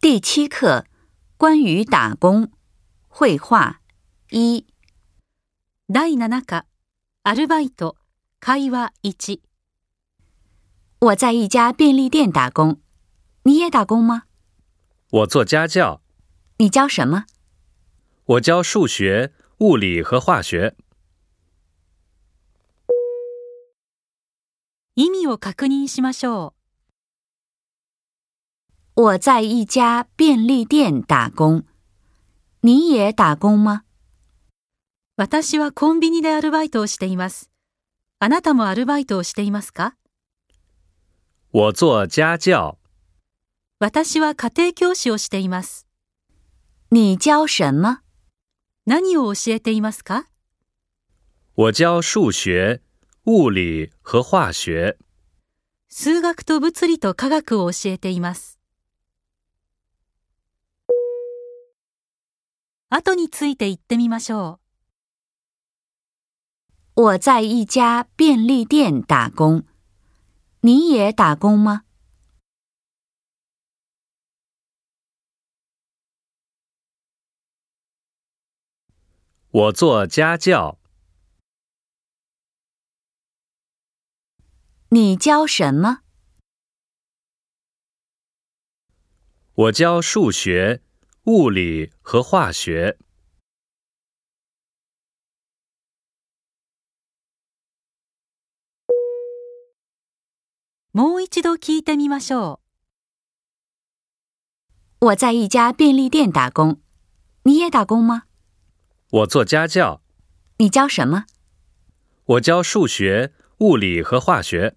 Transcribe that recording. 第七课关于打工绘画一第7課、アルバイト、会話1。我在一家便利店打工，你也打工吗？我做家教，你教什么？我教数学、物理和化学。意味を確認しましょ我在一家便利店打工，你也打工う。吗？私はコンビニでアルバイトをしています。あなたもアルバイトをしていますか我做家教，私は家庭教師をしています。你教什么？何を教えていますか我教数学、物理和化学。数学と物理と科学を教えています。後について言ってみましょ我在一家便利店打工，你也打工吗？我做家教，你教什么？我教数学、物理和化学。う。もう一度聞いてみましょ我在一家便利店打工，你也打工吗？我做家教，你教什么？我教数学、物理和化学。